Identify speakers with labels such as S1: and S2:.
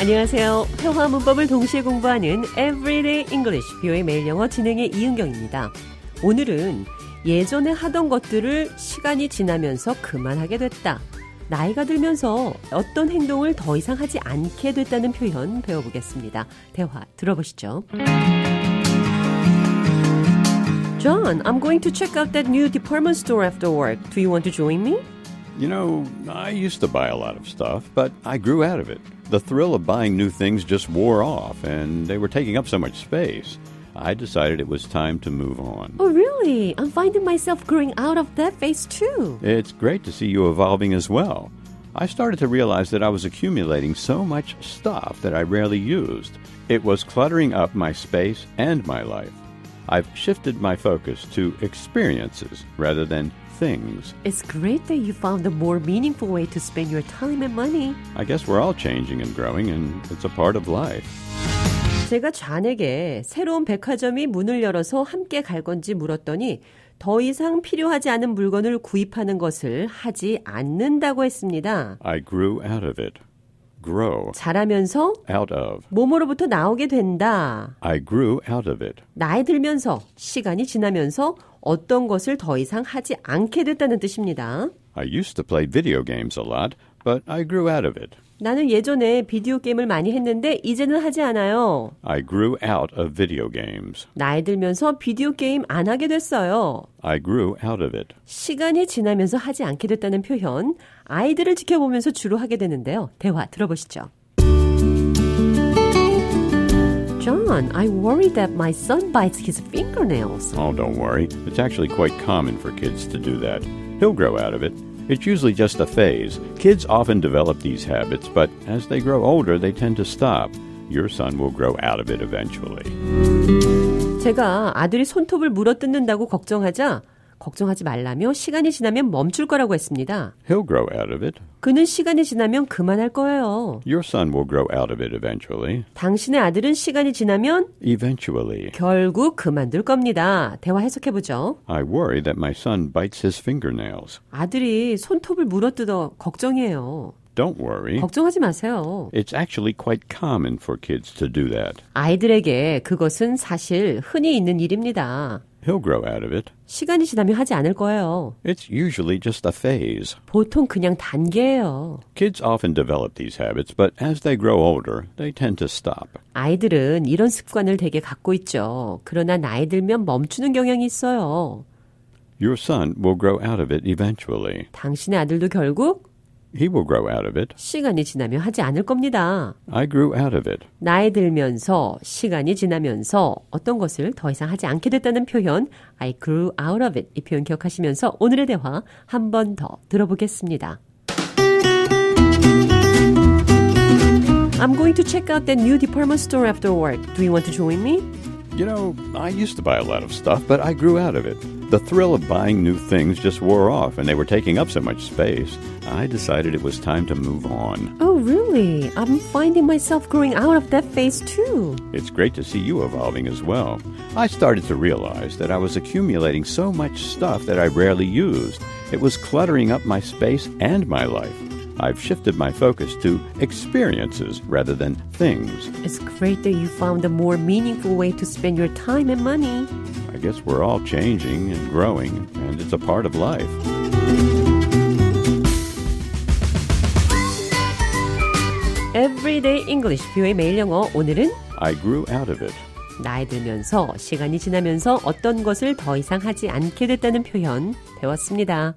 S1: 안녕하세요. 회화 문법을 동시에 공부하는 Everyday English 뷰의 매일 영어 진행의 이은경입니다. 오늘은 예전에 하던 것들을 시간이 지나면서 그만하게 됐다. 나이가 들면서 어떤 행동을 더 이상 하지 않게 됐다는 표현 배워보겠습니다. 대화 들어보시죠. John, I'm going to check out that new department store after work. Do you want to join me?
S2: You know, I used to buy a lot of stuff, but I grew out of it. The thrill of buying new things just wore off, and they were taking up so much space. I decided it was time to move on.
S1: Oh, really? I'm finding myself growing out of that phase too.
S2: It's great to see you evolving as well. I started to realize that I was accumulating so much stuff that I rarely used. It was cluttering up my space and my life. I've shifted my focus to experiences rather than things.
S1: It's great that you found a more meaningful way to spend your time and money.
S2: I guess we're all changing and growing, and it's a part of life.
S1: 제가 잔에게 새로운 백화점이 문을 열어서 함께 갈 건지 물었더니 더 이상 필요하지 않은 물건을 구입하는 것을 하지 않는다고 했습니다.
S2: I grew out of it. Grow
S1: 자라면서
S2: out of.
S1: 몸으로부터 나오게 된다.
S2: I grew out of it.
S1: 나이 들면서 시간이 지나면서 어떤 것을 더 이상 하지 않게 됐다는 뜻입니다.
S2: I used to play video games a lot, but I grew out of it.
S1: 나는 예전에 비디오 게임을 많이 했는데 이제는 하지 않아요.
S2: I grew out of video games.
S1: 나이 들면서 비디오 게임 안 하게 됐어요.
S2: I grew out of it.
S1: 시간이 지나면서 하지 않게 됐다는 표현, 아이들을 지켜보면서 주로 하게 되는데요. 대화 들어보시죠. John, I worry that my son bites his fingernails.
S2: Oh, don't worry. It's actually quite common for kids to do that. He'll grow out of it. It's usually just a phase. Kids often develop these habits, but as they grow older, they tend to stop. Your son will grow out of it eventually.
S1: 제가 아들이 손톱을 물어뜯는다고 걱정하자 걱정하지 말라며 시간이 지나면 멈출 거라고 했습니다.
S2: He'll grow out of it.
S1: 그는 시간이 지나면 그만할 거예요.
S2: Your son will grow out of it eventually.
S1: 당신의 아들은 시간이 지나면
S2: Eventually.
S1: 결국 그만둘 겁니다. 대화 해석해 보죠.
S2: I worry that my son bites his fingernails.
S1: 아들이 손톱을 물어뜯어 걱정이에요.
S2: Don't worry.
S1: 걱정하지 마세요.
S2: It's actually quite common for kids to do that.
S1: 아이들에게 그것은 사실 흔히 있는 일입니다.
S2: He'll grow out of it.
S1: 시간이 지나면 하지 않을 거예요.
S2: It's usually just a phase.
S1: 보통 그냥 단계예요.
S2: Kids often develop these habits, but as they grow older, they tend to stop.
S1: 아이들은 이런 습관을 되게 갖고 있죠. 그러나 나이 들면 멈추는 경향이 있어요.
S2: Your son will grow out of it eventually.
S1: 당신의 아들도 결국
S2: He will grow out of it.
S1: 시간이 지나면 하지 않을 겁니다.
S2: I grew out of it.
S1: 나이 들면서 시간이 지나면서 어떤 것을 더 이상 하지 않게 됐다는 표현 I grew out of it 이 표현 기억하시면서 오늘의 대화 한 번 더 들어보겠습니다. I'm going to check out that new department store after work. Do you want to join me?
S2: You know, I used to buy a lot of stuff, but I grew out of it. The thrill of buying new things just wore off, and they were taking up so much space. I decided it was time to move on.
S1: Oh, really? I'm finding myself growing out of that phase too.
S2: It's great to see you evolving as well. I started to realize that I was accumulating so much stuff that I rarely used. It was cluttering up my space and my life. I've shifted my focus to experiences rather than things.
S1: It's great that you found a more meaningful way to spend your time and money.
S2: I guess we're all changing and growing, and it's a part of life.
S1: Everyday English 뷰의 매일 영어 오늘은
S2: I grew out of it.
S1: 나이 들면서 시간이 지나면서 어떤 것을 더 이상 하지 않게 됐다는 표현 배웠습니다.